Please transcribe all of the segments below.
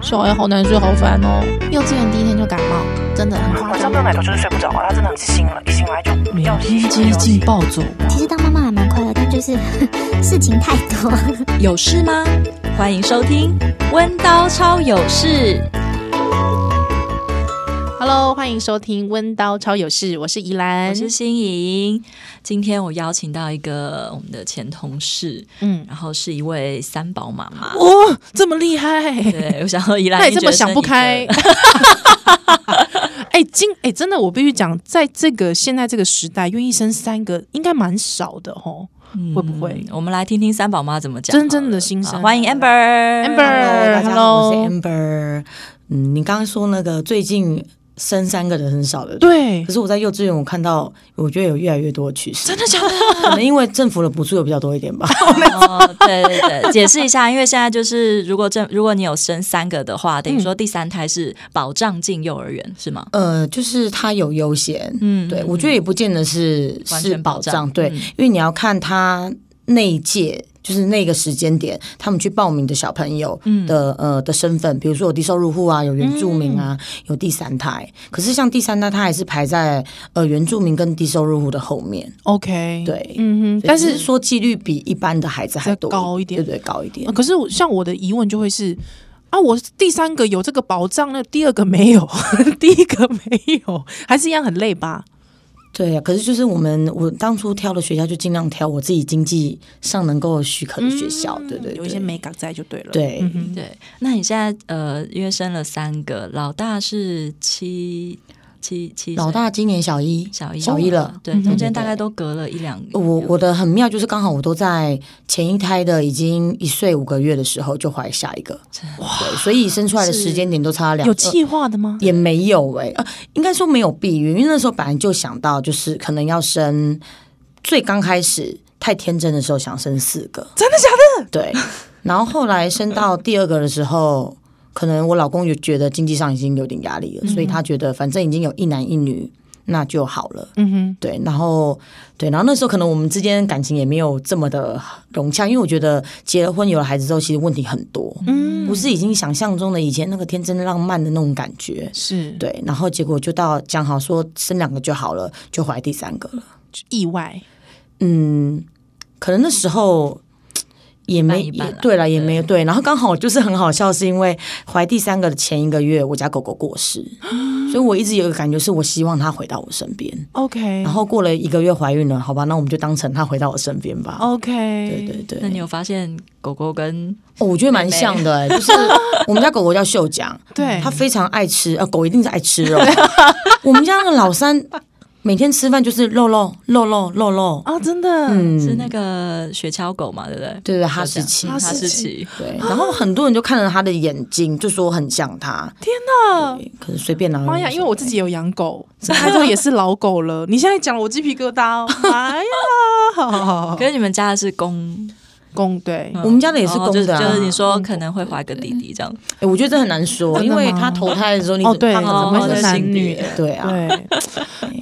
小孩好难睡，好烦哦。幼稚园第一天就感冒，真的很夸晚张上嗯没。有奶头就是睡不着啊，他真的很清醒了，一醒来就每要洗天洗接要洗近暴走王其实当妈妈还蛮快乐，但就是 事情太多。有事吗？欢迎收听《温刀超有事》。 Hello，欢迎收听《温刀超有事》，我是宜兰我。是新颖，今天我邀请到一个我们的前同事，嗯，然后是一位三宝妈妈。哇，哦这么厉害！对，我想要依赖，那也这么想不开。哎，今哎，真的，我必须讲，在这个现在这个时代，愿意生三个应该蛮少的吼。嗯会不会我们来听听三宝妈怎么讲好了？真正的心声好欢迎 Amber，Amber，Amber， Hello，大家好，我是 Hello Amber。嗯，你刚刚说那个最近生三个人很少的，。对可，是我在幼稚园，我看到我觉得有越来越多的趋势，真的假的？ 可能因为政府的补助有比较多一点吧。哦，对对对，解释一下，因为现在就是如果正如果你有生三个的话，等于说第三胎是保障进幼儿园是吗？呃，就是他有优先，嗯对我觉得也不见得是完是全保保障障，对，嗯因为你要看他那一届。就是那个时间点，他们去报名的小朋友嗯的、呃的身份，比如说有低收入户啊，有原住民啊，嗯有第三胎。可是像第三胎，他还是排在呃原住民跟低收入户的后面。 ，OK，，对，嗯哼，对但只是是说几率比一般的孩子还再多高一点对对，高一点呃。可是我像我的疑问就会是啊，我第三个有这个保障，那第二个没有， 第一个没有，还是一样很累吧？对啊，可是就是我们我当初挑的学校就尽量挑我自己经济上能够许可的学校，对对对，嗯有一些美感在就对了。对嗯哼对，那你现在呃，因为生了三个，老大是七七七岁，老大今年小一，小一嗯小一了。对，嗯中间对大概都隔了一两年。我我的很妙，就是刚好我都在前一胎的已经一岁五个月的时候就怀下一个，对，所以生出来的时间点都差两有呃计划的吗？也没有哎、呃，应该说没有避孕，因为那时候本来就想到就是可能要生，最刚开始太天真的时候想生四个，真的假的？ 对，然后后来生到第二个的时候，可能我老公就觉得经济上已经有点压力了，所以他觉得反正已经有一男一女，那就好了。嗯哼，对，然后对，然后那时候可能我们之间感情也没有这么的融洽，因为我觉得结了婚有了孩子之后，其实问题很多，嗯，不是已经想象中的以前那个天真浪漫的那种感觉。是对，然后结果就到讲好说生两个就好了，就怀第三个了。意外，嗯，可能那时候也没嗯一半一半也啦对了，也没有对。然后刚好就是很好笑，是因为怀第三个的前一个月，我家狗狗过世，所以我一直有一个感觉，是我希望它回到我身边。 OK，然后过了一个月怀孕了，好吧，那我们就当成它回到我身边吧。 OK，对对对对，哦那你有发现狗狗跟哦，我觉得蛮像的、欸，就是我们家狗狗叫秀奖，对它非常爱吃，呃，狗一定是爱吃肉。我们家那个老三每天吃饭就是肉肉肉肉肉肉，啊，真的，嗯，是那个雪橇狗嘛？对不对？对对，哈士奇，哈哈士士奇奇，对，然后很多人就看着他的眼睛，就说很像他。天哪！可是随便拿。妈呀！因为我自己有养狗，它都也是老狗了。你现在讲了我鸡皮疙瘩、 哦，妈呀！好好好好可，是你们家的是公，公对，我们家的也是哦公就是的啊嗯就是你说可能会怀个弟弟这样，诶我觉得这很难说，真因的吗为他投胎的时候，你哦对，他可能我会们是哦对男性女别的，对啊，对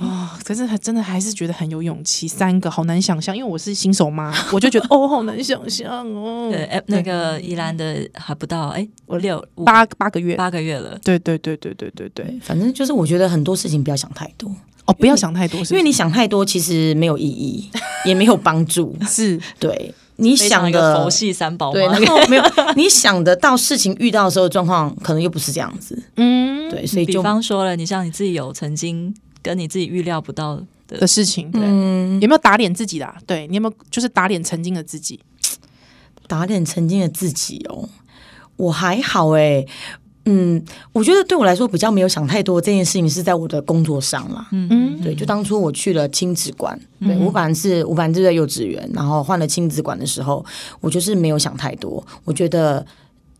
啊，可是还真的还是觉得很有勇气。三个好难想象，因为我是新手妈，我就觉得哦，好难想象哦。对，哎，那个宜兰的还不到，哎，我六五八八个月，八个月了，对对对对对对对，反正就是我觉得很多事情不要想太多，哦，不要想太多，是因为你你想太多其实没有意义，也没有帮助。是对，你非常想一个的佛系三宝对，妈然，后没有 你想得到事情遇到的时候的状况，可能又不是这样子。嗯对，所以比就方说了，你像你自己有曾经跟你自己预料不到的的，事情，嗯，有没有打脸自己的啊？对你有没有就是打脸曾经的自己？打脸曾经的自己哦，我还好哎、嗯，我觉得对我来说比较没有想太多这件事情是在我的工作上啦。嗯，对，就当初我去了亲子馆，嗯对我本来是我本来是在幼稚园，然后换了亲子馆的时候，我就是没有想太多，我觉得。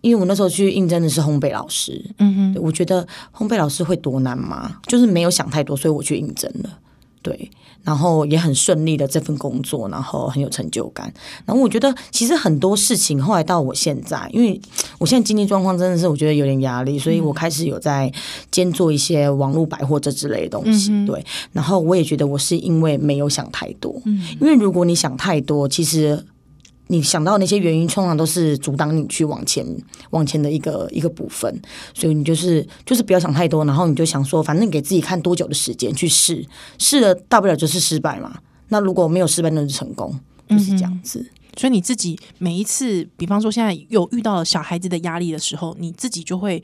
因为我那时候去应征的是烘焙老师，嗯哼，我觉得烘焙老师会多难吗？就是没有想太多，所以我去应征了，对，然后也很顺利的这份工作，然后很有成就感。然后我觉得其实很多事情后来到我现在，因为我现在经济状况真的是我觉得有点压力，所以我开始有在兼做一些网络百货这之类的东西，对，然后我也觉得我是因为没有想太多，因为如果你想太多，其实你想到那些原因，通常都是阻挡你去往前往前的一个一个部分。所以你就是就是不要想太多，然后你就想说，反正给自己看多久的时间去试，试了大不了就是失败嘛。那如果没有失败，那就是成功，就是这样子。所以你自己每一次，比方说现在有遇到小孩子的压力的时候，你自己就会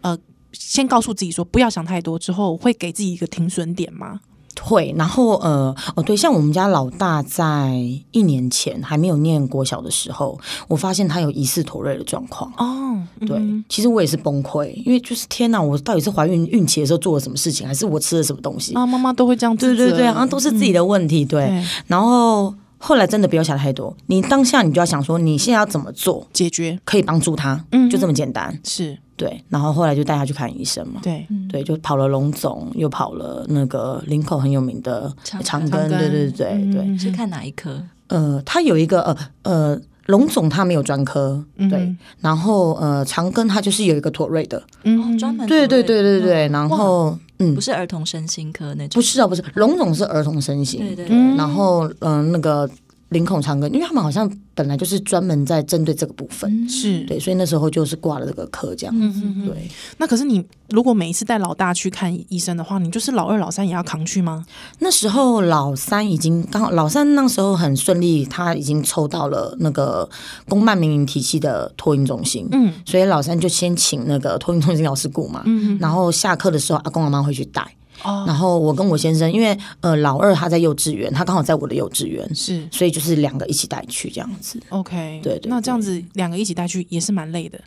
呃，先告诉自己说不要想太多，之后会给自己一个停损点吗？会，然后呃，哦对，像我们家老大在一年前还没有念国小的时候，我发现他有疑似妥瑞的状况。哦，对，其实我也是崩溃，因为就是天哪，我到底是怀孕孕期的时候做了什么事情，还是我吃了什么东西？啊，妈妈都会这样对自责，对对，好像都哦是自己的问题。对，对然后后来真的不要想太多，你当下你就要想说，你现在要怎么做解决可以帮助他，嗯就这么简单。是对，然后后来就带他去看医生嘛。对，嗯对，就跑了龙总，又跑了那个林口很有名的长长庚庚，对对对对，嗯是看哪一科？呃，他有一个呃呃，龙总他没有专科，对，嗯然后呃，长庚他就是有一个妥瑞的，嗯哦专门对对所对谓的对对，然后嗯不，是儿童身心科那种不，是啊，不是，龙总是儿童身心，对对对，嗯然后嗯、呃那个林口长庚，因为他们好像本来就是专门在针对这个部分，嗯是对，所以那时候就是挂了这个科这样子，对。那可是你如果每一次带老大去看医生的话，你就是老二、老三也要扛去吗？那时候老三已经刚好，老三那时候很顺利，他已经抽到了那个公办民营体系的托运中心，嗯，所以老三就先请那个托运中心老师顾嘛，嗯，然后下课的时候阿公阿妈会去带，哦然后我跟我先生，因为呃老二他在幼稚园，他刚好在我的幼稚园，是所以就是两个一起带去这样子， OK，对对那这样子两个一起带去也是蛮累的，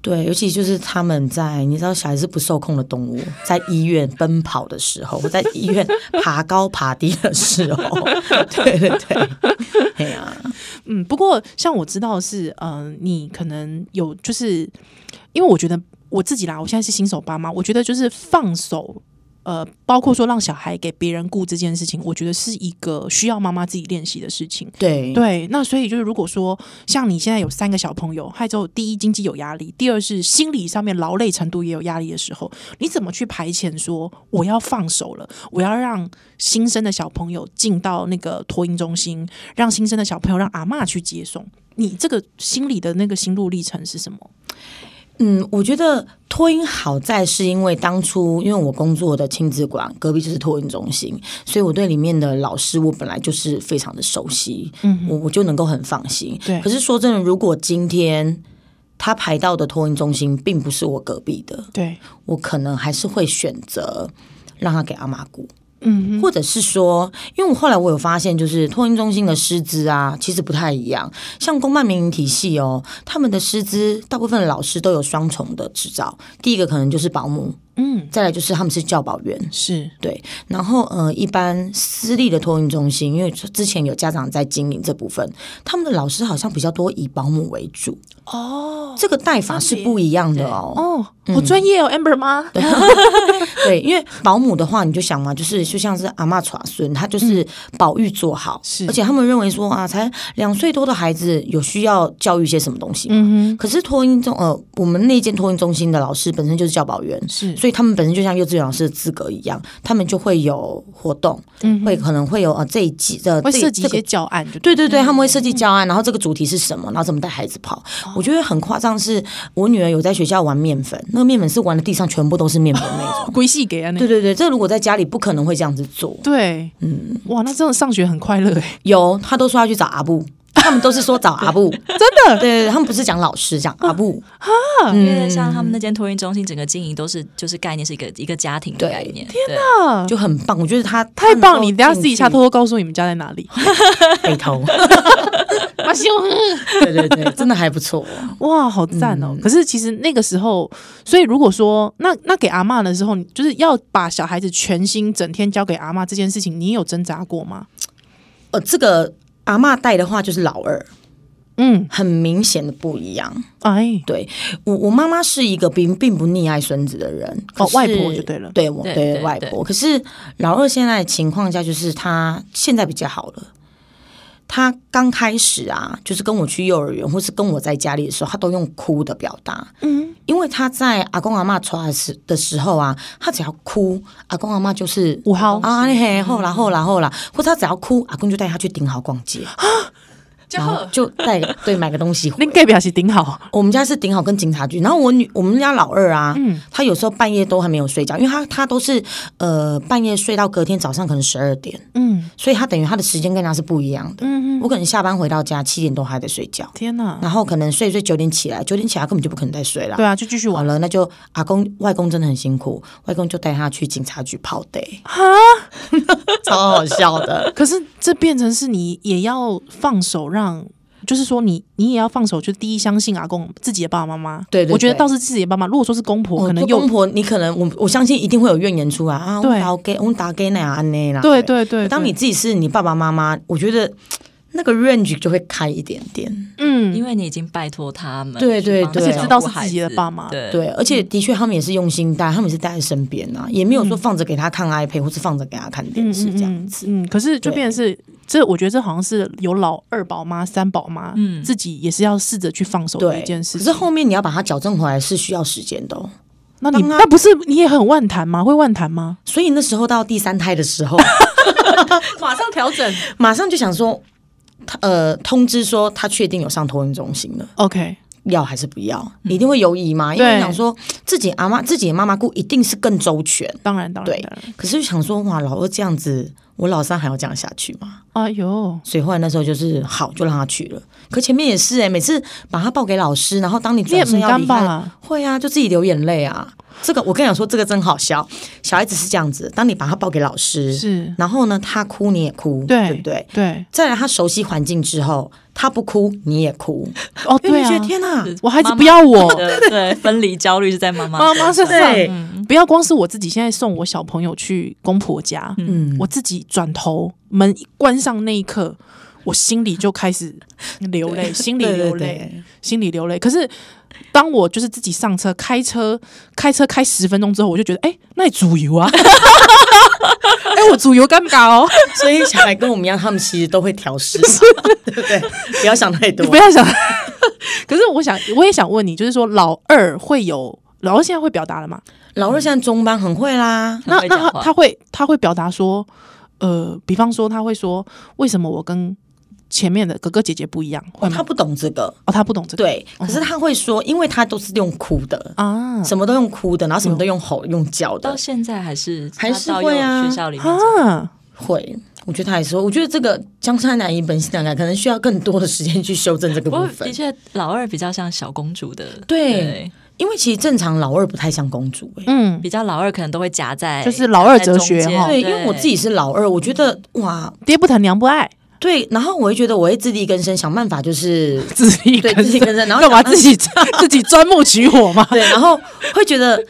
对，尤其就是他们在你知道小孩是不受控的动物，在医院奔跑的时候，在医院爬高爬低的时候， 对对对，哎呀、嗯，不过像我知道的是，呃，你可能有就是，因为我觉得我自己啦，我现在是新手爸妈，我觉得就是放手，呃，包括说让小孩给别人顾这件事情，我觉得是一个需要妈妈自己练习的事情。对对，那所以就是，如果说像你现在有三个小朋友，还有第一经济有压力，第二是心理上面劳累程度也有压力的时候，你怎么去排遣说我要放手了，我要让新生的小朋友进到那个托婴中心，让新生的小朋友让阿嬷去接送，你这个心理的那个心路历程是什么？嗯，我觉得托婴好在是因为当初因为我工作的亲子馆隔壁就是托婴中心，所以我对里面的老师我本来就是非常的熟悉，嗯，我我就能够很放心。对可是说真的，如果今天他排到的托婴中心并不是我隔壁的，对，我可能还是会选择让他给阿妈雇。嗯或者是说，因为我后来我有发现，就是托婴中心的师资啊，其实不太一样。像公办民营体系哦，他们的师资大部分老师都有双重的执照，第一个可能就是保姆，嗯，再来就是他们是教保员。是对，然后呃，一般私立的托运中心，因为之前有家长在经营这部分，他们的老师好像比较多以保姆为主，哦这个带法是不一样的哦。哦，好专业哦，Amber 妈，对，因为保姆的话，你就想嘛，就是就像是阿嬷传孙，她就是保育做好，嗯是而且他们认为说啊，才两岁多的孩子有需要教育些什么东西。嗯可是托婴中呃，我们那间托婴中心的老师本身就是教保员，哼，是，所以他们本身就像幼稚园老师的资格一样，他们就会有活动，嗯哼会可能会有呃这一季的会涉及一这个些嗯教案就，对对对，他们会设计教案，然后这个主题是什么，然后怎么带孩子跑。哦我觉得很夸张，是我女儿有在学校玩面粉，那个面粉是玩的地上全部都是面粉那种。归系给啊那对。对对，这如果在家里不可能会这样子做。对，嗯，哇，那真的上学很快乐 哎，有，他都说要去找阿 布，他们都是说找阿布，真的。哦对对，他们不是讲老师，讲阿布。因嗯为像他们那间托运中心，整个经营都是就是概念是一个一个家庭的对概念。对，就很棒，我觉得他太棒了！你等一下私自己底下偷偷告诉我你们家在哪 里。背头，哇希望 对对对，真的还不错。哇，好赞嗯哦！可是其实那个时候，所以如果说那那给阿嬷的时候，你就是要把小孩子全心整天交给阿嬷这件事情，你有挣扎过吗？呃，这个阿嬷带的话就是老二，嗯，很明显的不一样。哎，对我，我妈妈是一个并并不溺爱孙子的人，哦可是外婆就对了对我对对对外对婆。可是老二现在的情况下，就是他现在比较好了。他刚开始啊，就是跟我去幼儿园，或是跟我在家里的时候，他都用哭的表达。嗯，因为他在阿公阿妈出来时的时候啊，他只要哭，阿公阿妈就是五号 啊，嘿，后啦后啦后啦，或者他只要哭，阿公就带他去顶好逛街。就然后就带对买个东西回恁。隔壁是顶好，我们家是顶好跟警察局，然后我女我们家老二啊，嗯他有时候半夜都还没有睡觉，因为他他都是呃半夜睡到隔天早上可能十二点，嗯所以他等于他的时间跟人家是不一样的。嗯，我可能下班回到家七点多还在睡觉，天哪，然后可能睡一睡九点起来，九点起来根本就不可能再睡了。对啊，就继续完玩了，了，那就阿公外公真的很辛苦，外公就带他去警察局泡 day，超好笑 的。可是这变成是你也要放手让。就是说你，你也要放手，就是第一相信阿公自己的爸爸妈妈。对对我觉得对哦倒是自己的爸妈。如果说是公婆，可能做又公婆，你可能我我相信一定会有怨言出来啊，对我打给我打给那样安内啦。对对对，当对你自己是你爸爸妈妈，我觉得那个 range 就会开一点点。嗯，因为你已经拜托他们去帮对你照对顾孩子，对而且知道是自己的爸妈对，对，而且嗯的确他们也是用心带，他们也是带在身边啊，也没有说放着给他看 iPad 或是放着给他看电视这样子。嗯，嗯嗯可是就对变成是这，我觉得这好像是有老二宝妈、三宝妈，嗯自己也是要试着去放手的对一件事可情。是后面你要把它矫正回来是需要时间的、哦。那你当然那不是你也很万谈吗？会万谈吗？所以那时候到第三胎的时候， 马上调整。马上就想说，他呃，通知说他确定有上托运中心了， OK，要还是不要？你一定会犹疑嘛，因嗯对为你想说自己阿妈、自己的妈妈顾一定是更周全，当然当然对当然。可是就想说，哇，老二这样子，我老三还要这样下去吗？哎呦，所以后来那时候就是好，就让他去了。可前面也是哎、每次把他报给老师，然后当你你也转不身要干离开，吧？会啊，就自己流眼泪啊。这个我跟你讲说，这个真好笑。小孩子是这样子，当你把他报给老师，是，然后呢，他哭你也哭，对对不对？对，再来，他熟悉环境之后，他不哭你也哭，哦对你啊觉，得天哪、我孩子妈妈不要 我，对对，分离焦虑是在妈妈啊妈妈身对上，不要光是我自己现在送我小朋友去公婆家，嗯，我自己转头门一关上那一刻，我心里就开始流泪，心里对对流对泪，心里流泪。可是当我就是自己上车开车，开车开十分钟之后，我就觉得，哎、那你主游 啊，哎、我主游尴尬哦，所以小孩跟我们一样，他们其实都会调 试嘛，对不对？不要想太多你不。要想。 可是我想，我也想问你，就是说老二会有。老二现在会表达了吗？老二现在中班很会啦，那会那讲他话他会他会表达说，呃，比方说他会说，为什么我跟前面的哥哥姐姐不一样？会哦吗？他不懂这个，哦，嗯他不懂这个，对。可是他会说，因为他都是用哭的，啊，什么都用哭的，然后什么都用吼、用叫到的，现在还是还是她到会啊幼学校里面讲，啊，会。我觉得他还是会，我觉得这个江山难移本性难改，可能需要更多的时间去修正这个不部过分的。确老二比较像小公主的，对因为其实正常老二不太像公主、欸，嗯，比较老二可能都会夹在就是老二哲学夹在中间哦对，因为我自己是老二，我觉得哇，爹不疼娘不爱，对，然后我会觉得我会自力更生，想办法就是自力 对更自生力，更生，然后干嘛想办自己 自己钻木取火 嘛？对，然后会觉得。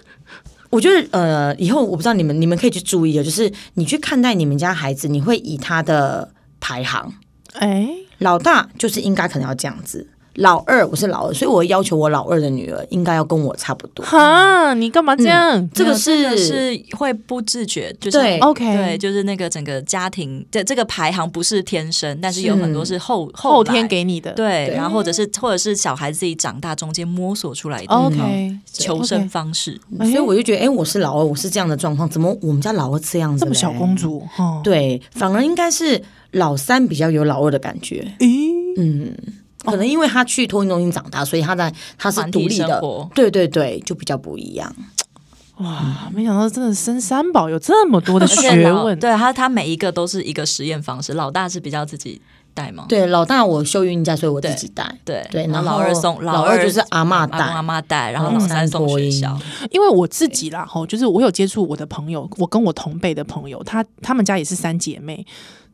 我觉得，呃，以后我不知道你们，你们可以去注意的，就是你去看待你们家孩子，你会以他的排行，哎，老大就是应该可能要这样子，老二我是老二，所以我会要求我老二的女儿应该要跟我 差不多。哈，你干嘛这样？嗯这个没有是呃是会不自觉，就是对 OK 对，就是那个整个家庭这这个排行不是天生，但是有是很多是后后来天给你的，对，对然后或者是或者是小孩自己长大中间摸索出来嗯的哦，OK，求生方式，哎所以我就觉得，哎、我是老二，我是这样的状况，怎么我们家老二这样子？这么小公？主，哦，嗯对，反而应该是老三比较有老二的感觉。咦，嗯，哦可能因为他去托运中心长大，所以他在他是团独体立生的，活。对对对，就比较不一样。哇，没想到真的生三宝有这么 多的而且学老问，对他，他每一个都是一个实验方式。老大是比较自己带嘛，对，老大我休孕假，所以我自己带。对对，然然后后老二送老二二就是阿嬷带阿公阿妈带，嗯然后老三送学校。因为我自己啦，吼，就是我有接触我的朋友，我跟我同辈的朋友，她她们家也是三姐妹。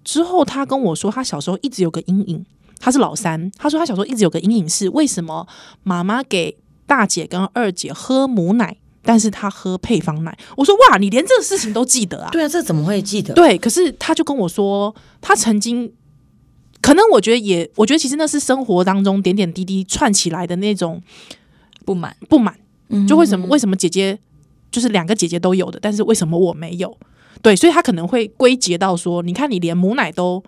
之后她跟我说，她小时候一直有个阴影，她是老三，她说她小时候一直有个阴影是为什么妈妈给大姐跟二姐喝母奶，但是她喝配方奶。我说哇，你连这个事情都记得啊？对啊，这怎么会记得？对，可是他就跟我说，他曾经，可能我觉得也，我觉得其实那是生活当中点点滴滴串起来的那种不满，不满，嗯就为什么为什么姐姐就是两个姐姐都有的，但是为什么我没有？对，所以他可能会归结到说，你看你连母奶都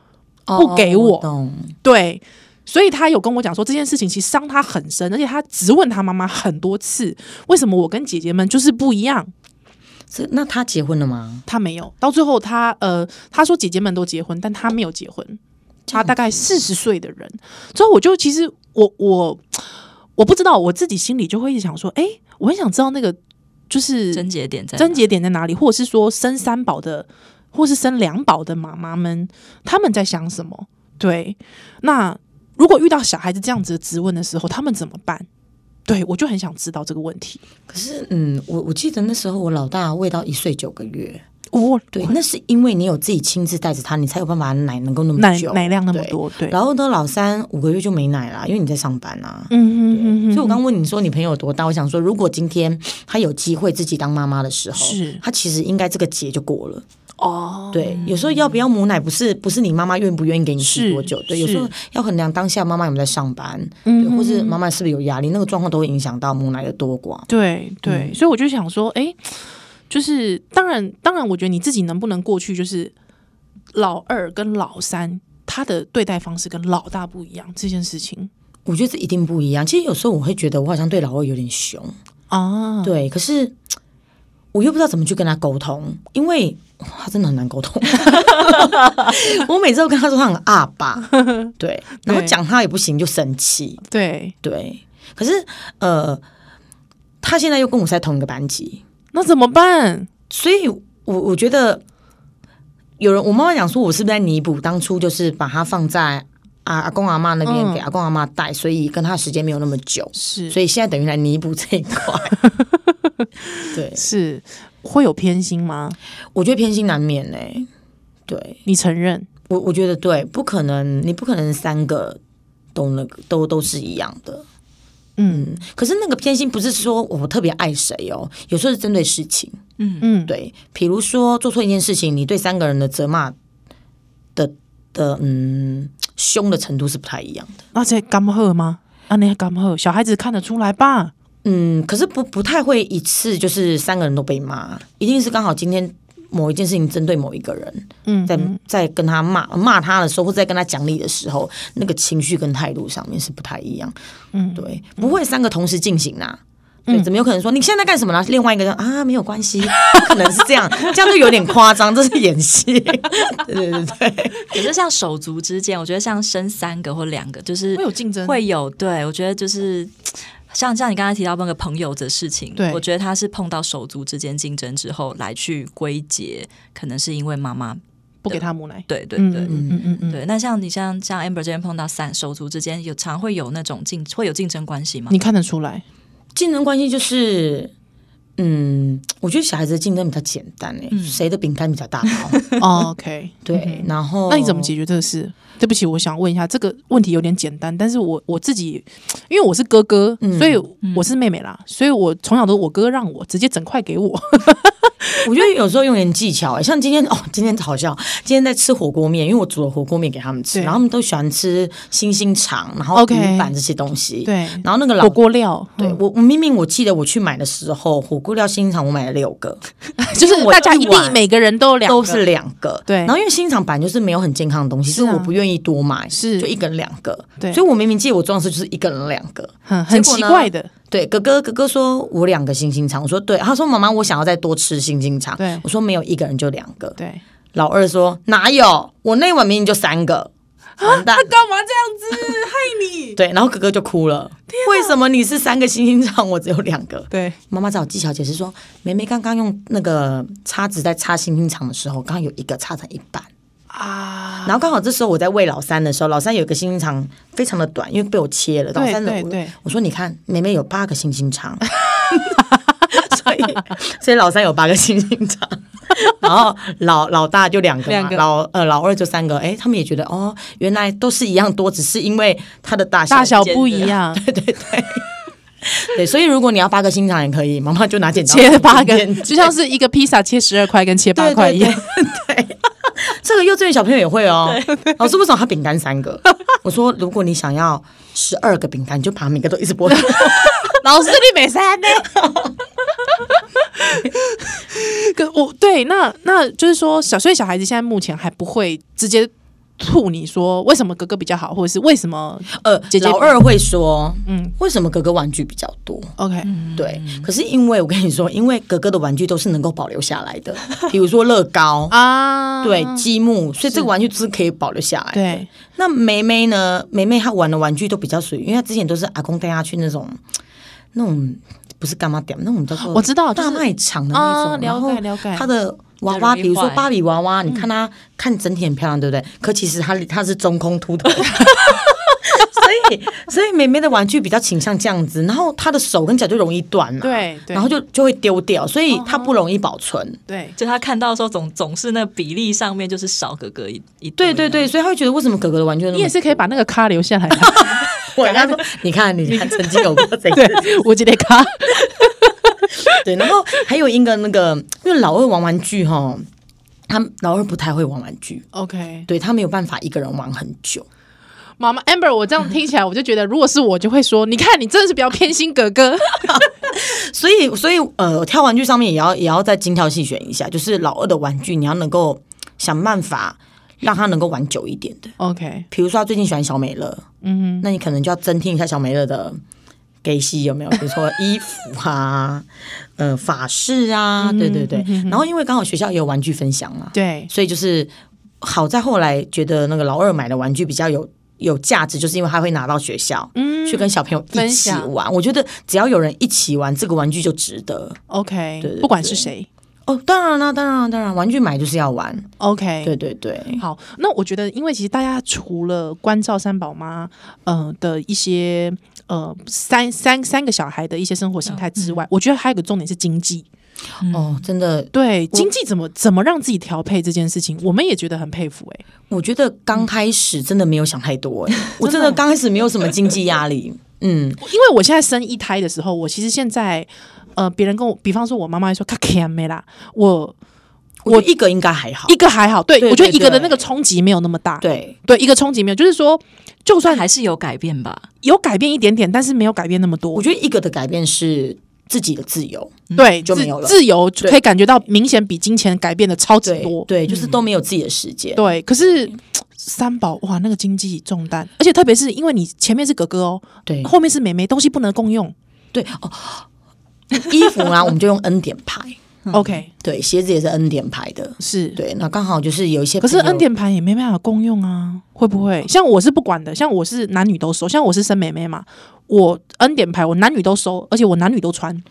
哦，不给我懂对，所以他有跟我讲说这件事情其实伤他很深，而且他直问他妈妈很多次，为什么我跟姐姐们就是不一样？是那他结婚了吗？他没有，到最后他呃，他说姐姐们都结婚，但他没有结婚，他大概四十岁的人，所以我就其实我我我不知道，我自己心里就会一直想说，哎、我很想知道那个就是症结点在哪症结点在哪里，或者是说生三宝的，或是生两宝的妈妈们，他们在想什么？对，那如果遇到小孩子这样子的质问的时候，他们怎么办？对我就很想知道这个问题。可是，嗯，我我记得那时候我老大喂到一岁九个月，哦，对，那是因为你有自己亲自带着他，你才有办法奶能够那么奶久，奶量那么多，对，然后呢，老三五个月就没奶啦，因为你在上班啊。嗯嗯嗯，所以我刚问你说你朋友有多大，我想说，如果今天他有机会自己当妈妈的时候，是他其实应该这个节就过了。哦，对，有时候要不要母奶，不是不是你妈妈愿不愿意给你吃是多久，对，是有时候要衡量当下妈妈有没有在上班，嗯对，或是妈妈是不是有压力，那个状况都会影响到母奶的多寡。对对，所以我就想说，哎、就是当然当然，我觉得你自己能不能过去，就是老二跟老三他的对待方式跟老大不一样这件事情我觉得这一定不一样。其实有时候我会觉得我好像对老二有点凶，啊，对，可是我又不知道怎么去跟他沟通，因为哇他真的很难沟 通。我每次都跟他说他很阿 爸，对，然后对讲他也不行，就生气，对，对。可是呃，他现在又跟我在同一个班级，那怎么办？所以我我觉得有人，我妈妈讲说，我是不是在弥补当初就是把他放在啊阿阿公阿妈那边嗯给阿公阿妈带，所以跟他的时间没有那么久，是所以现在等于来弥补这一块。对，是会有偏心吗？我觉得偏心难免呢、对你承认？我，我觉得对，不可能，你不可能三个都那个都都是一样的。嗯嗯，可是那个偏心不是说我特别爱谁哦，有时候是针对事情。嗯，对，比如说做错一件事情，你对三个人的责骂的的嗯凶的程度是不太一样的。那这干喝吗？啊，那干喝，小孩子看得出来吧？嗯，可是不不太会一次就是三个人都被骂，一定是刚好今天某一件事情针对某一个人，嗯，在在跟他骂骂他的时候，或者在跟他讲理的时候，那个情绪跟态度上面是不太一样。嗯对，不会三个同时进行啦。对，怎么有可能说你现在在干什么啦？另外一个人啊，没有关系，不可能是这样， 这样就有点夸张，这是演戏。 对对对对。可是像手足之间，我觉得像生三个或两个，就是会有竞争，会有对，我觉得就是。像像你刚才提到那个朋友的事情，对我觉得他是碰到手足之间竞争之后来去归结，可能是因为妈妈，不给他母奶。对对嗯对、嗯嗯嗯嗯，对。那像你像像 Amber 之间碰到三手足之间有常会有那种竞会有竞争关系吗？你看得出来？竞争关系就是，嗯，我觉得小孩子的竞争比较简单诶、嗯谁的饼干比较大 包？哦 OK，对，然后那你怎么解决这个事？对不起，我想问一下，这个问题有点简单，但是我我自己，因为我是哥哥，嗯所以我是妹妹啦，所以我从小都我哥让我直接整块给我，我觉得有时候用点技巧、欸，像今天哦，今天好笑，今天在吃火锅面，因为我煮了火锅面给他们吃，对然后他们都喜欢吃星星肠，然后 OK 鱼板这些东西。 对然后那个老火锅嗯料，对我，我明明我记得我去买的时候，火锅料星肠我买了六个，就是大家因一为我定每个人都有两个，都是两个，对然后因为新厂版就是没有很健康的东西，是啊所以我不愿意多买，是就一个人两个，对所以我明明记得我装的时候就是一个人两个，很很结果奇呢怪的，对，哥哥哥哥说我两个星星肠，我说对，他说妈妈我想要再多吃星星肠，对我说没有一个人就两个，对，老二说哪有，我那碗明明就三个，完蛋 了，干嘛这样子害你？对，然后哥哥就哭了，为什么你是三个星星肠，我只有两个？对，妈妈找技巧解释说，梅梅刚刚用那个叉子在插星星肠的时候，刚刚有一个插成一半。啊，然后刚好这时候我在喂老三的时候，老三有一个星星肠非常的短，因为被我切了。对老三的对我对我说你看，妹妹有八个星 星肠，所以所以老三有八个星星肠，然后老老大就两个嘛，两个老呃老二就三个。哎，他们也觉得哦，原来都是一样多，只是因为它的大小大小不不一 样，对。所以如果你要八个星肠也可以，妈妈就拿剪刀切八个剪，就像是一个披萨切十二块跟切八对块一 样，。对对 对这个幼稚园小朋友也会哦。老师为什么他饼干 三个？我说，如果你想要十二个饼干，你就把每个都一直剥掉。 老师你没删 呢。可我对那那就是说小，所以小孩子现在目前还不会直接吐你说为什么哥哥比较好，或者是为什么 呃，姐姐老二会说，嗯嗯，为什么哥哥玩具比较多？ OK，对，可是因为我跟你说，因为哥哥的玩具都是能够保留下来的，比如说乐高。 啊，对积木，所以这个玩具是可以保留下来。，对，那梅梅呢？梅梅她玩的玩具都比较属于，因为她之前都是阿公带她去那种那种不是干嘛点，那种叫做我知道就是大卖场的那种，啊然后了解了解她的娃娃，比较容易比如说坏芭比娃娃，嗯你看她看整体很漂亮，对不对？可其实她她是中空秃头。 所以，所以梅梅的玩具比较倾向这样子，然后她的手跟脚就容易断嘛、对对哦然后就就会丢掉，所以她不容易保存。对，就他看到的时候总总是那比例上面就是少哥哥一一对对对对，所以她会觉得为什么哥哥的玩具那么你也是可以把那个咖留下来啊的， 我他说，你看，你看，曾经有过这对个，我觉得咖，对，然后还有一个那个，因为老二玩玩具哈，他老二不太会玩玩具， OK，对他没有办法一个人玩很久。妈妈 Amber，我这样听起来我就觉得，如果是我就会说，你看你真的是比较偏心哥 哥，所以，所以呃，挑玩具上面也要也要再精挑细选一下，就是老二的玩具，你要能够想办法让他能够玩久一点的。 OK，比如说他最近喜欢小美乐，嗯，那你可能就要增添一下小美乐的给息有没有？比如说衣服啊，呃，法式啊，对对对。然后因为刚好学校也有玩具分享嘛，对，所以就是好在后来觉得那个老二买的玩具比较有。有价值，就是因为他会拿到学校，嗯，去跟小朋友一分起享玩。我觉得只要有人一起玩，这个玩具就值得 OK，对对不管是对谁哦。当然啦，当然啦，当然，玩具买就是要玩， ，OK，对对对，好，那我觉得，因为其实大家除了关照三宝妈，呃的一些呃三三三个小孩的一些生活形态嗯之外，我觉得还有个重点是经济。哦，真的对，经济怎么怎么让自己调配这件事情，我们也觉得很佩服哎、我觉得刚开始真的没有想太多、欸，我 真的刚开始没有什么经济压 力。因嗯，为我现在生一胎的时候，我其实现在呃，别人跟我，比方说我妈妈说卡卡没啦，我我一个应该还好一。个还好，对哦对我觉得对一个的对那个冲击没有那么大，对，对，一个冲击没有，就是说就算还是有改变吧。有改变一点点，但是没有改变那么多我。觉得一个的改变是自己的自由，对，嗯就自没有了自由对可以感觉到明显比金钱改变的超级对多。对，就是都没有自己的时间。对可是三宝哇，那个经济重担，而且特别是因为你前面是哥哥哦，对后面是妹妹，东西不能共用。对哦，衣服啊啦，我们就用 N 点牌， OK，对，鞋子也是 N 点牌的，是。嗯对。那刚好就是有一些可朋是友，恩典盘也没办法共用啊，会不会？像我是不管的，像我是男女都收，像我是生妹妹嘛，我恩典牌我男女都收，而且我男女都穿。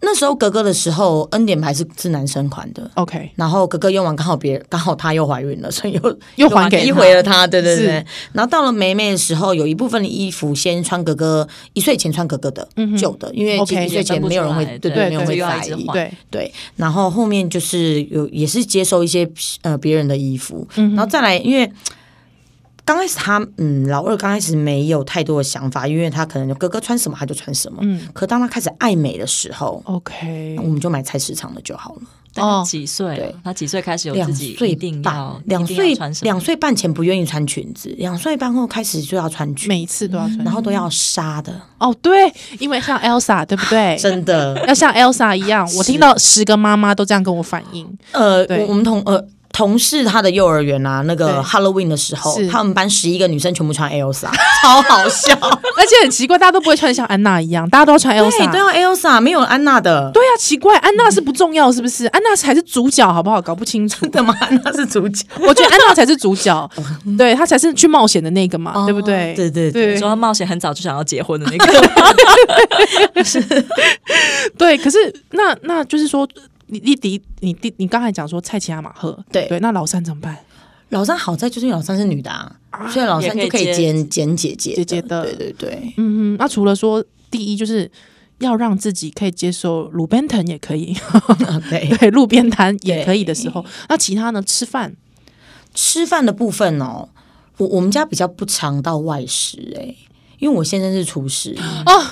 那时候格格的时候，N 点牌是是男生款的， OK，然后哥哥用完，刚好别 刚好她又怀孕了，所以又又还给她一回了她，对对是对。然后到了梅梅的时候，有一部分的衣服先穿哥哥一岁前穿哥哥的旧的，因为嗯 OK 其实一岁前没有人会对对没有人会对在对意对。对对，然后后面就是有也是接收一些呃别人的衣服，嗯然后再来，因为刚开始他嗯老二刚开始没有太多的想法，因为他可能就哥哥穿什么他就穿什么。嗯可当他开始爱美的时候， ，OK，我们就买菜市场的就好了。但哦是几岁对了？他几岁开始有两自己一岁定要半，两一定要岁穿什么两岁半前不愿意穿裙子，两岁半后开始就要穿裙，每一次都要穿。然后都要纱的，哦，对，因为像 Elsa 对不 对？真 的。要像 Elsa 一样，我听到十个妈妈都这样跟我反映。呃，对我我们同呃同事他的幼儿园啊，那对个 Halloween 的时候是，他们班十一个女生全部穿 Elsa，超好笑。 而且很奇怪，大家都不会穿得像安娜一样，大家都要穿 对 Elsa。，都要 Elsa，没有安娜 的。对啊，奇怪，安娜是不重要是不是？安娜才是主角，好不好？搞不清 楚。的吗？安娜是主角，我觉得安娜才是主 角，对她才是去冒险的那个嘛，对不对？哦对对对对你说他冒险很早就想要结婚的那 个，对，可是那那就是说，你你弟你弟你刚才讲说蔡奇亚马赫，对对，那老三怎么办？老三好在就是因为老三是女的啊，所以老三也可以就可接以捡捡姐姐姐姐的对对对，嗯，那除了说第一就是。要让自己可以接受鲁班腾也可以，嗯对。对路边摊也可以的时候，那其他呢？吃饭吃饭的部分哦，我我们家比较不常到外食哎、因为我先生是厨师，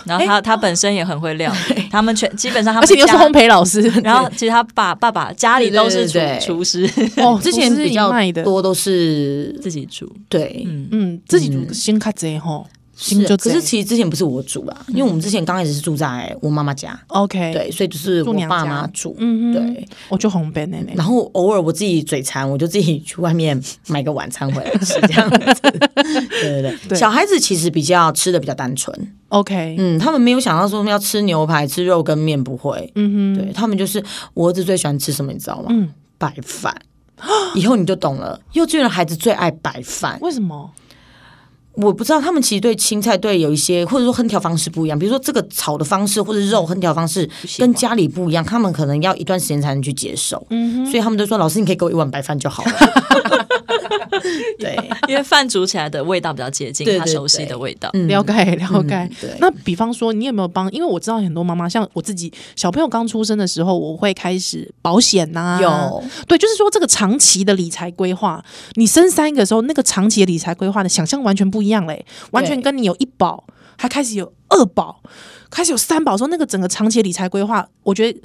然后他他本身也很会料 理，他们全基本上而他们且你又是家烘焙老师，然后其实他爸爸爸家里都是厨对对对对厨师，哦，之前比较卖的，多都是 自己煮。对，嗯，嗯，自己煮的先卡贼吼，心是就可贼是其实之前不是我住啦，因为嗯我们之前刚开始是住在我妈妈家， OK，，对，所以就是住我娘爸家妈住，嗯哼对。嗯我就红白奶奶然。后偶尔我自己嘴馋，我就自己去外面买个晚餐回来吃，这样子。对对对， 对小孩子其实比较吃的比较单纯， OK，嗯，他们没有想到说要吃牛排、吃肉跟面，不会，嗯对他们就是我儿子最喜欢吃什么，你知道吗？嗯白饭。 以后你就懂了，幼稚园的孩子最爱白饭哼，。为什么？我不知道他们其实对青菜对有一些，或者说烹调方式不一样。比如说这个炒的方式或者肉烹调方式习惯跟家里不一样，他们可能要一段时间才能去接受。所以他们就说：“老师，你可以给我一碗白饭就好了。”对，因为饭煮起来的味道比较接近对他对熟悉对的味道。嗯了解了解嗯。对那比方说，你有没有帮？因为我知道很多妈妈，像我自己小朋友刚出生的时候，我会开始保险呐、有对，就是说这个长期的理财规划，你生三个的时候，那个长期的理财规划的想象完全不一样嘞，完全对跟你有一保，还开始有二保，开始有三保，说那个整个长期的理财规划，我觉得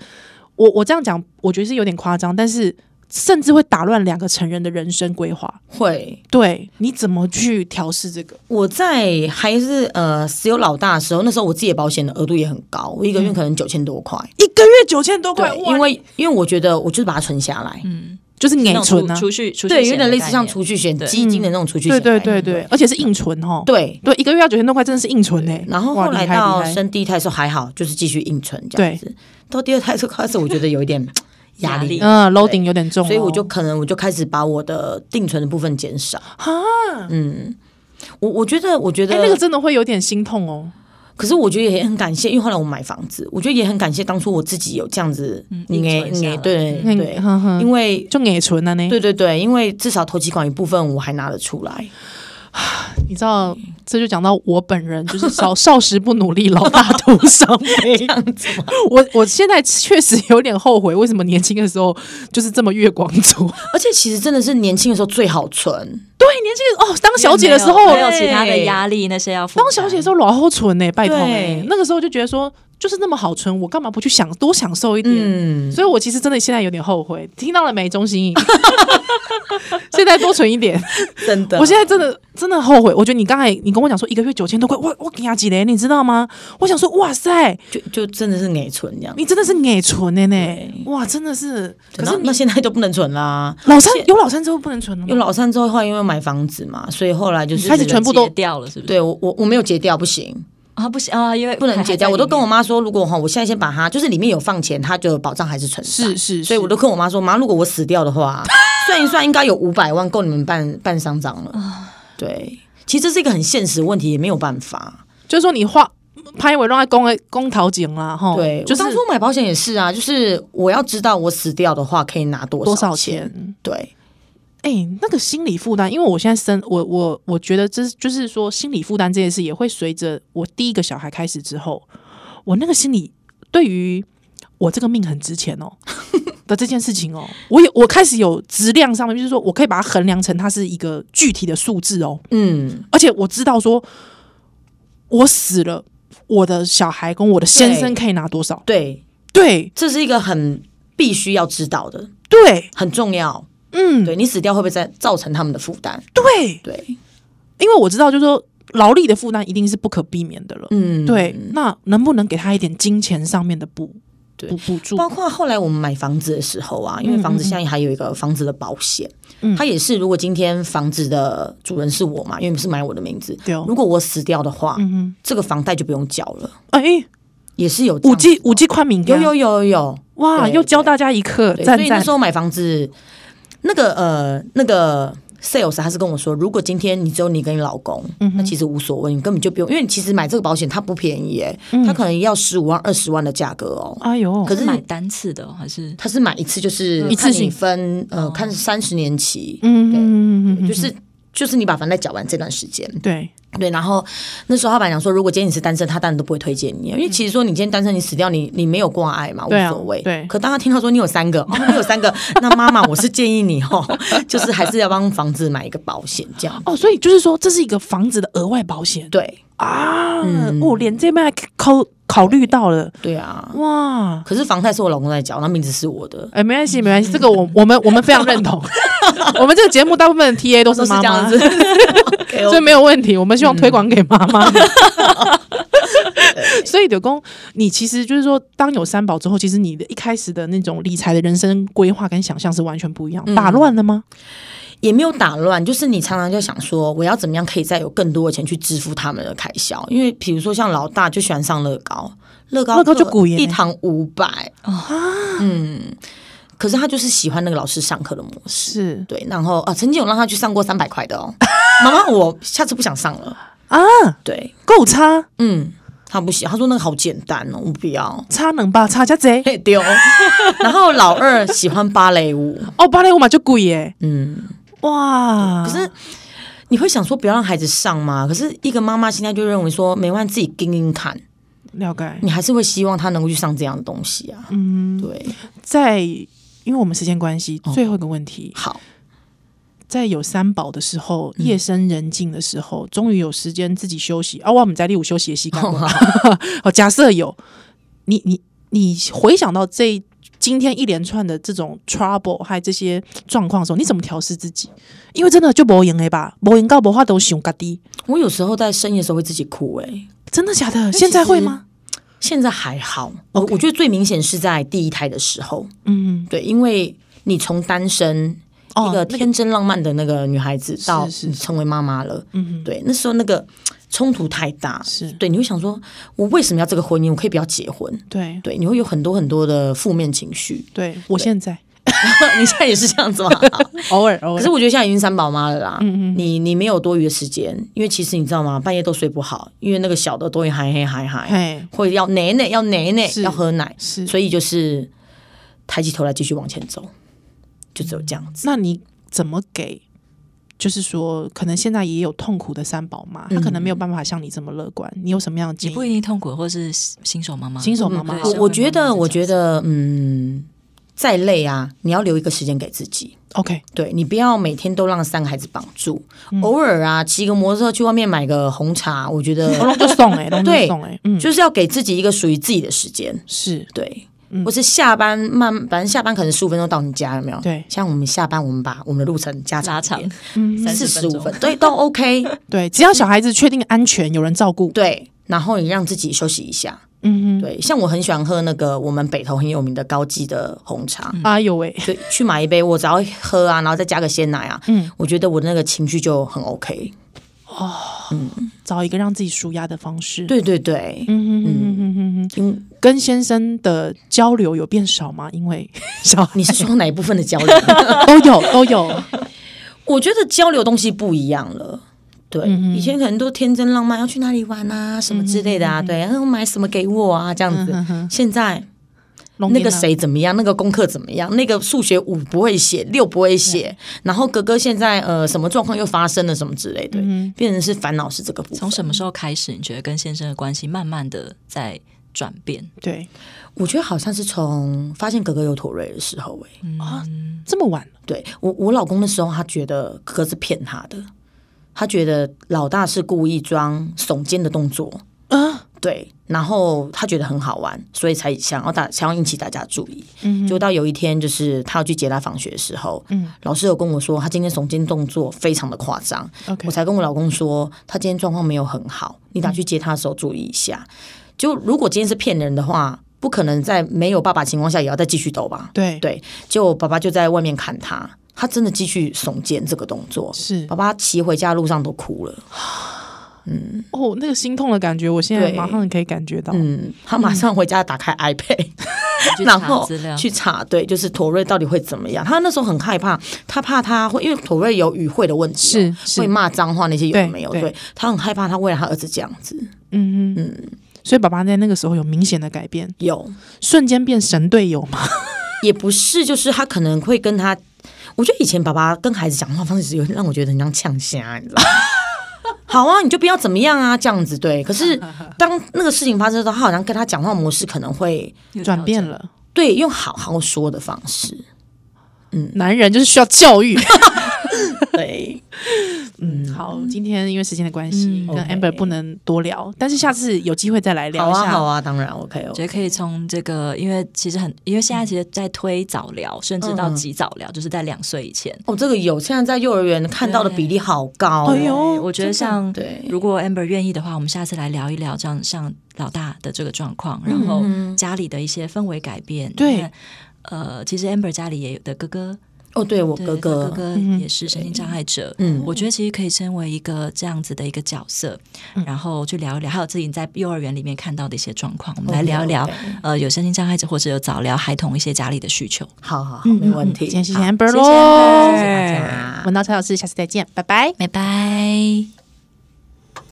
我我这样讲，我觉得是有点夸张，但是甚至会打乱两个成人的人生规划。会对，你怎么去调试这个？我在还是呃只有老大的时候，那时候我自己的保险的额度也很高，我一个月可能九千多块。一个月九千多块，对，哇因为因为我觉得我就是把它存下来，就是那年种存啊，储储蓄储蓄对，险有点的类似概像念储蓄险、对基金的那种储蓄险对嗯概对念。对对，而且是硬存哦。对，对，一个月要九千多块，真的是硬存哎。然后哇后来厉害到厉害生第一胎的时候还好，就是继续硬存这样子。到第二胎就开始，我觉得有一 点压压力力，嗯，loading 有点重哦，所以我就可能我就开始把我的定存的部分减少。嗯，我我觉得，我觉得，哎，那个真的会有点心痛哦。可是我觉得也很感谢，因为后来我买房子，我觉得也很感谢当初我自己有这样子，嗯硬哎存下来哎对那对，呵呵因为。就也存啊了呢。对对对，因为至少投几款一部分我还拿得出来，你知道，这就讲到我本人，就是少少时不努力，老大徒伤悲。这样子 我我现在确实有点后悔，为什么年轻的时候就是这么月光 族？而且其实真的是年轻的时候最好存，对，年轻的时候哦，当小姐的时因候为没有没有其他的对压力，那些要负当小姐的时候老后存呢、拜托呢、对那个时候就觉得说，就是那么好存，我干嘛不去享多享受一点？嗯，所以我其实真的现在有点后悔，听到了没，钟欣怡， 现在多存一点。真的我现在真的真的后悔，我觉得你刚才你跟我讲说一个月九千多块，我我给他几嘞，你知道吗？我想说，哇塞，就就真的是给存这样。你真的是给存的呢，哇，真的是。可可是是你那现在都不能存啦，老三有老三之后不能存了因为吗？老三之后，后来因为买房子嘛，所以后来就是嗯开始全部都截掉了，是不是？对我我我没有结掉，不行，啊，不行啊，因为不能结截掉。我都跟我妈妈说，如果哈，我现在先把它，就是里面有放钱，它就保障还是存在。是是，所以我都跟我妈说，妈，如果我死掉的话，算一算应该有五百万够你们办办丧葬了。对，其实这是一个很现实的问题，也没有办法。就是说你画拍我让他公公桃井啦，哈，哦对，就就是当初买保险也是啊，就是我要知道我死掉的话可以拿多多少少钱。钱？对，哎、那个心理负担，因为我现在生我我我觉得这是就是说心理负担这件事也会随着我第一个小孩开始之后，我那个心理对于我这个命很值钱 哦的这件事情哦，我有我开始有质量上面，就是说我可以把它衡量成它是一个具体的数字哦，嗯，而且我知道说我死了，我的小孩跟我的先生对可以拿多少？对，对这是一个很必须要知道的，对，很重要。嗯，对你死掉会不会再造成他们的负担？对，对，因为我知道就是说劳力的负担一定是不可避免的了，嗯，对，那能不能给他一点金钱上面的补对补补助？包括后来我们买房子的时候啊，因为房子现在还有一个房子的保险，嗯它也是如果今天房子的主人是我嘛，因为是买我的名字，对哦如果我死掉的话，嗯这个房贷就不用缴了，哼，哎，也是有这五样子 G 五 G 啊宽敏有感，有有有有，哇，对又教大家一课，对，赞所以那赞时，候买房子，那个呃那个 sales 他是跟我说，如果今天你只有你跟你老公，嗯那其实无所谓，你根本就不用，因为其实买这个保险它不便宜、欸，嗯它可能要十五万二十万的价格哦。哎呦，可是买单次的哦还是它是买一次，就是一次看你性分，呃，看三十年期，嗯嗯嗯，就是就是你把房贷缴完这段时间，对，对。然后那时候老板讲说，如果今天你是单身，他当然都不会推荐你，因为其实说你今天单身，你死掉，你你没有挂碍嘛，无嗯对啊所谓。对可当他听到说你有三个，哦，你有三个，那妈妈，我是建议你哦， 就是还是要帮房子买一个保险，这样。哦，所以就是说这是一个房子的额外保险对啊，哦，连这边还考考虑到了，对啊。哇。可是房贷是我老公在缴，那名字是我的。哎，没关系，没关系，这个 我我们我们非常认同。我们这个节目大部分的 TA 都是 都是妈这样妈子，对所以没有问题。我们希望推广给妈妈。嗯 所以柳工，你其实就是说，当有三宝之后，其实你的一开始的那种理财的人生规划跟想象是完全不一嗯样，打乱了吗？也没有打乱， 就是你常常就想说，我要怎么样可以再有更多的钱去支付他们的开销？因为比如说像老大就喜欢上乐高，乐高乐高课就贵耶一堂五百哦啊，嗯，嗯可是他就是喜欢那个老师上课的模式，是对。然后啊，曾经有让他去上过三百块 的哦，妈妈，我下次不想上了。啊，对，够差嗯，他不喜，他说那个好简单哦，我不要。差能吧，差加贼嘿丢， 然后老二喜欢芭蕾舞，哦，芭蕾舞嘛就贵耶，嗯，哇！可是啊你会想说不要让孩子上吗？可是一个妈妈现在就认为说，没关系，自己盯盯看，了解你还是会希望他能够去上这样的东西啊。嗯，对，在，因为我们时间关系，哦最后一个问题，好，在有三宝的时候，夜深人静的时候，终于有时间自己休息。啊，我们在第五休息也洗干好净。哦，假设有你，你，你回想到这今天一连串的这种 trouble 还有这些状况的时候，你怎么调试自己？因为真的就无赢的吧，无赢到无法都想家己。我有时候在深夜的时候会自己哭、欸，真的假的？现在会吗？现在还好。我我觉得最明显是在第一胎的时候，嗯，对，因为你从单身。哦一个天真浪漫的那个女孩子，到是是你成为妈妈了，嗯，对，那时候那个冲突太大，是对，你会想说，我为什么要这个婚姻？我可以不要结婚，对对，你会有很多很多的负面情绪。 对，我现在你现在也是这样子吗？好偶尔偶可尔是我觉得现在已经三宝妈了嗯啦，你你没有多余的时间，因为其实你知道吗？半夜都睡不好，因为那个小的都会嗨嗨嗨嗨，嘿或者要奶奶要奶奶是要喝奶，是，所以就是抬起头来继续往前走，就只有这样子。那你怎么给？就是说，可能现在也有痛苦的三宝妈，嗯她可能没有办法像你这么乐观。你有什么样的也建不议？一定痛苦，或是新手妈妈，新手妈妈嗯，对我是我觉得，慢慢我觉得，嗯，再累啊，你要留一个时间给自己。 OK，对你不要每天都让三个孩子绑住，嗯偶尔啊，骑个摩托车去外面买个红茶，我 觉得我龙就送 哎，龙就对送哎，嗯，就是要给自己一个属于自己的时间，是对，或是下班慢，反正下班可能十五分钟到你家，有没有？对像我们下班，我们把我们的路程加拉长长一点，嗯四30十分五钟分，对，都 OK，对，只要小孩子确定安全，有人照顾，对。然后你让自己休息一下，嗯对，像我很喜欢喝那个我们北投很有名的高级的红茶，哼，哎呦喂，对，去买一杯，我只要喝啊，然后再加个鲜奶啊，嗯，我觉得我那个情绪就很 OK，找一个让自己舒压的方式，，对对对，嗯哼哼哼哼哼，嗯，跟先生的交流有变少吗？因 为小孩你是说哪一部分的交流？都有都有，我觉得交流东西不一样了。对，嗯以前可能都天真浪漫，要去哪里玩啊，什么之类的嗯啊，对，然后买什么给我啊，这样子。现在龙那年啊个了谁怎么样，那个功课怎么样，那个数学五不会写，六不会写，然后哥哥现在呃什么状况又发生了什么之类的，变成是烦恼是这个部嗯从分。什么时候开始，你觉得跟先生的关系慢慢的在转变？对我觉得好像是从发现哥哥有妥瑞的时候、欸，啊，这么晚了对我，我老公那时候他觉得哥哥是骗他的，他觉得老大是故意装耸肩的动作，啊，对，然后他觉得很好玩，所以才想要大想要引起大家注意。嗯，就到有一天，就是他要去接他放学的时候，嗯，老师有跟我说，他今天耸肩动作非常的夸张 OK 我才跟我老公说，他今天状况没有很好，你打去接他的时候注意一下。就如果今天是骗人的话，不可能在没有爸爸情况下也要再继续抖吧？对对，结果爸爸就在外面看他，他真的继续耸肩这个动作，是爸爸骑回家路上都哭了。哦，那个心痛的感觉，我现在对马上可以感觉到，嗯，他马上回家打开 iPad，、去查然后资料，去查，对，就是妥瑞到底会怎么样？他那时候很害怕，他怕他会，因为妥瑞有语汇的问题哦、是是会骂脏话那些有对的没有？对对他很害怕，他为了他儿子这样子，嗯哼，所以爸爸在那个时候有明显的改变，有瞬间变神队友嘛，也不是，就是他可能会跟他。我觉得以前爸爸跟孩子讲话方式有点让我觉得很像呛虾，你 知道吗？好啊，你就不要怎么样啊，这样子对。可是当那个事情发生的时候，他好像跟他讲话模式可能会又转调变整，了。对用好好说的方 式，男人就是需要教育，对，嗯，好，今天因为时间的关系，嗯跟 OK Amber 不能多聊，但是下次有机会再来聊好一啊，下。好啊，当然 OK 哦我觉。得可以从这个，因为其实很，因为现嗯在其实在推早疗，甚至到极早疗，就是在两岁以前。哦，这个有，现在在幼儿园看到的比例好高、哦。哎呦，我觉得像对如果 Amber 愿意的话，我们下次来聊一聊这样像老大的这个状况，然后嗯家里的一些氛围改变。对那，呃，其实 Amber 家里也有的哥哥，哦，对我对哥哥，哥哥也是身心障碍者。嗯我觉得其实可以身为一个这样子的一个角色，嗯然后去聊一聊，还有自己在幼儿园里面看到的一些状况，我哦们来聊一聊 OK，OK。呃，有身心障碍者或者有早疗孩童一些家里的需求。好好好，没问嗯题。今天谢谢好 Amber 谢谢喽， Amber 大家文道蔡老师，下次再见，拜拜。拜拜。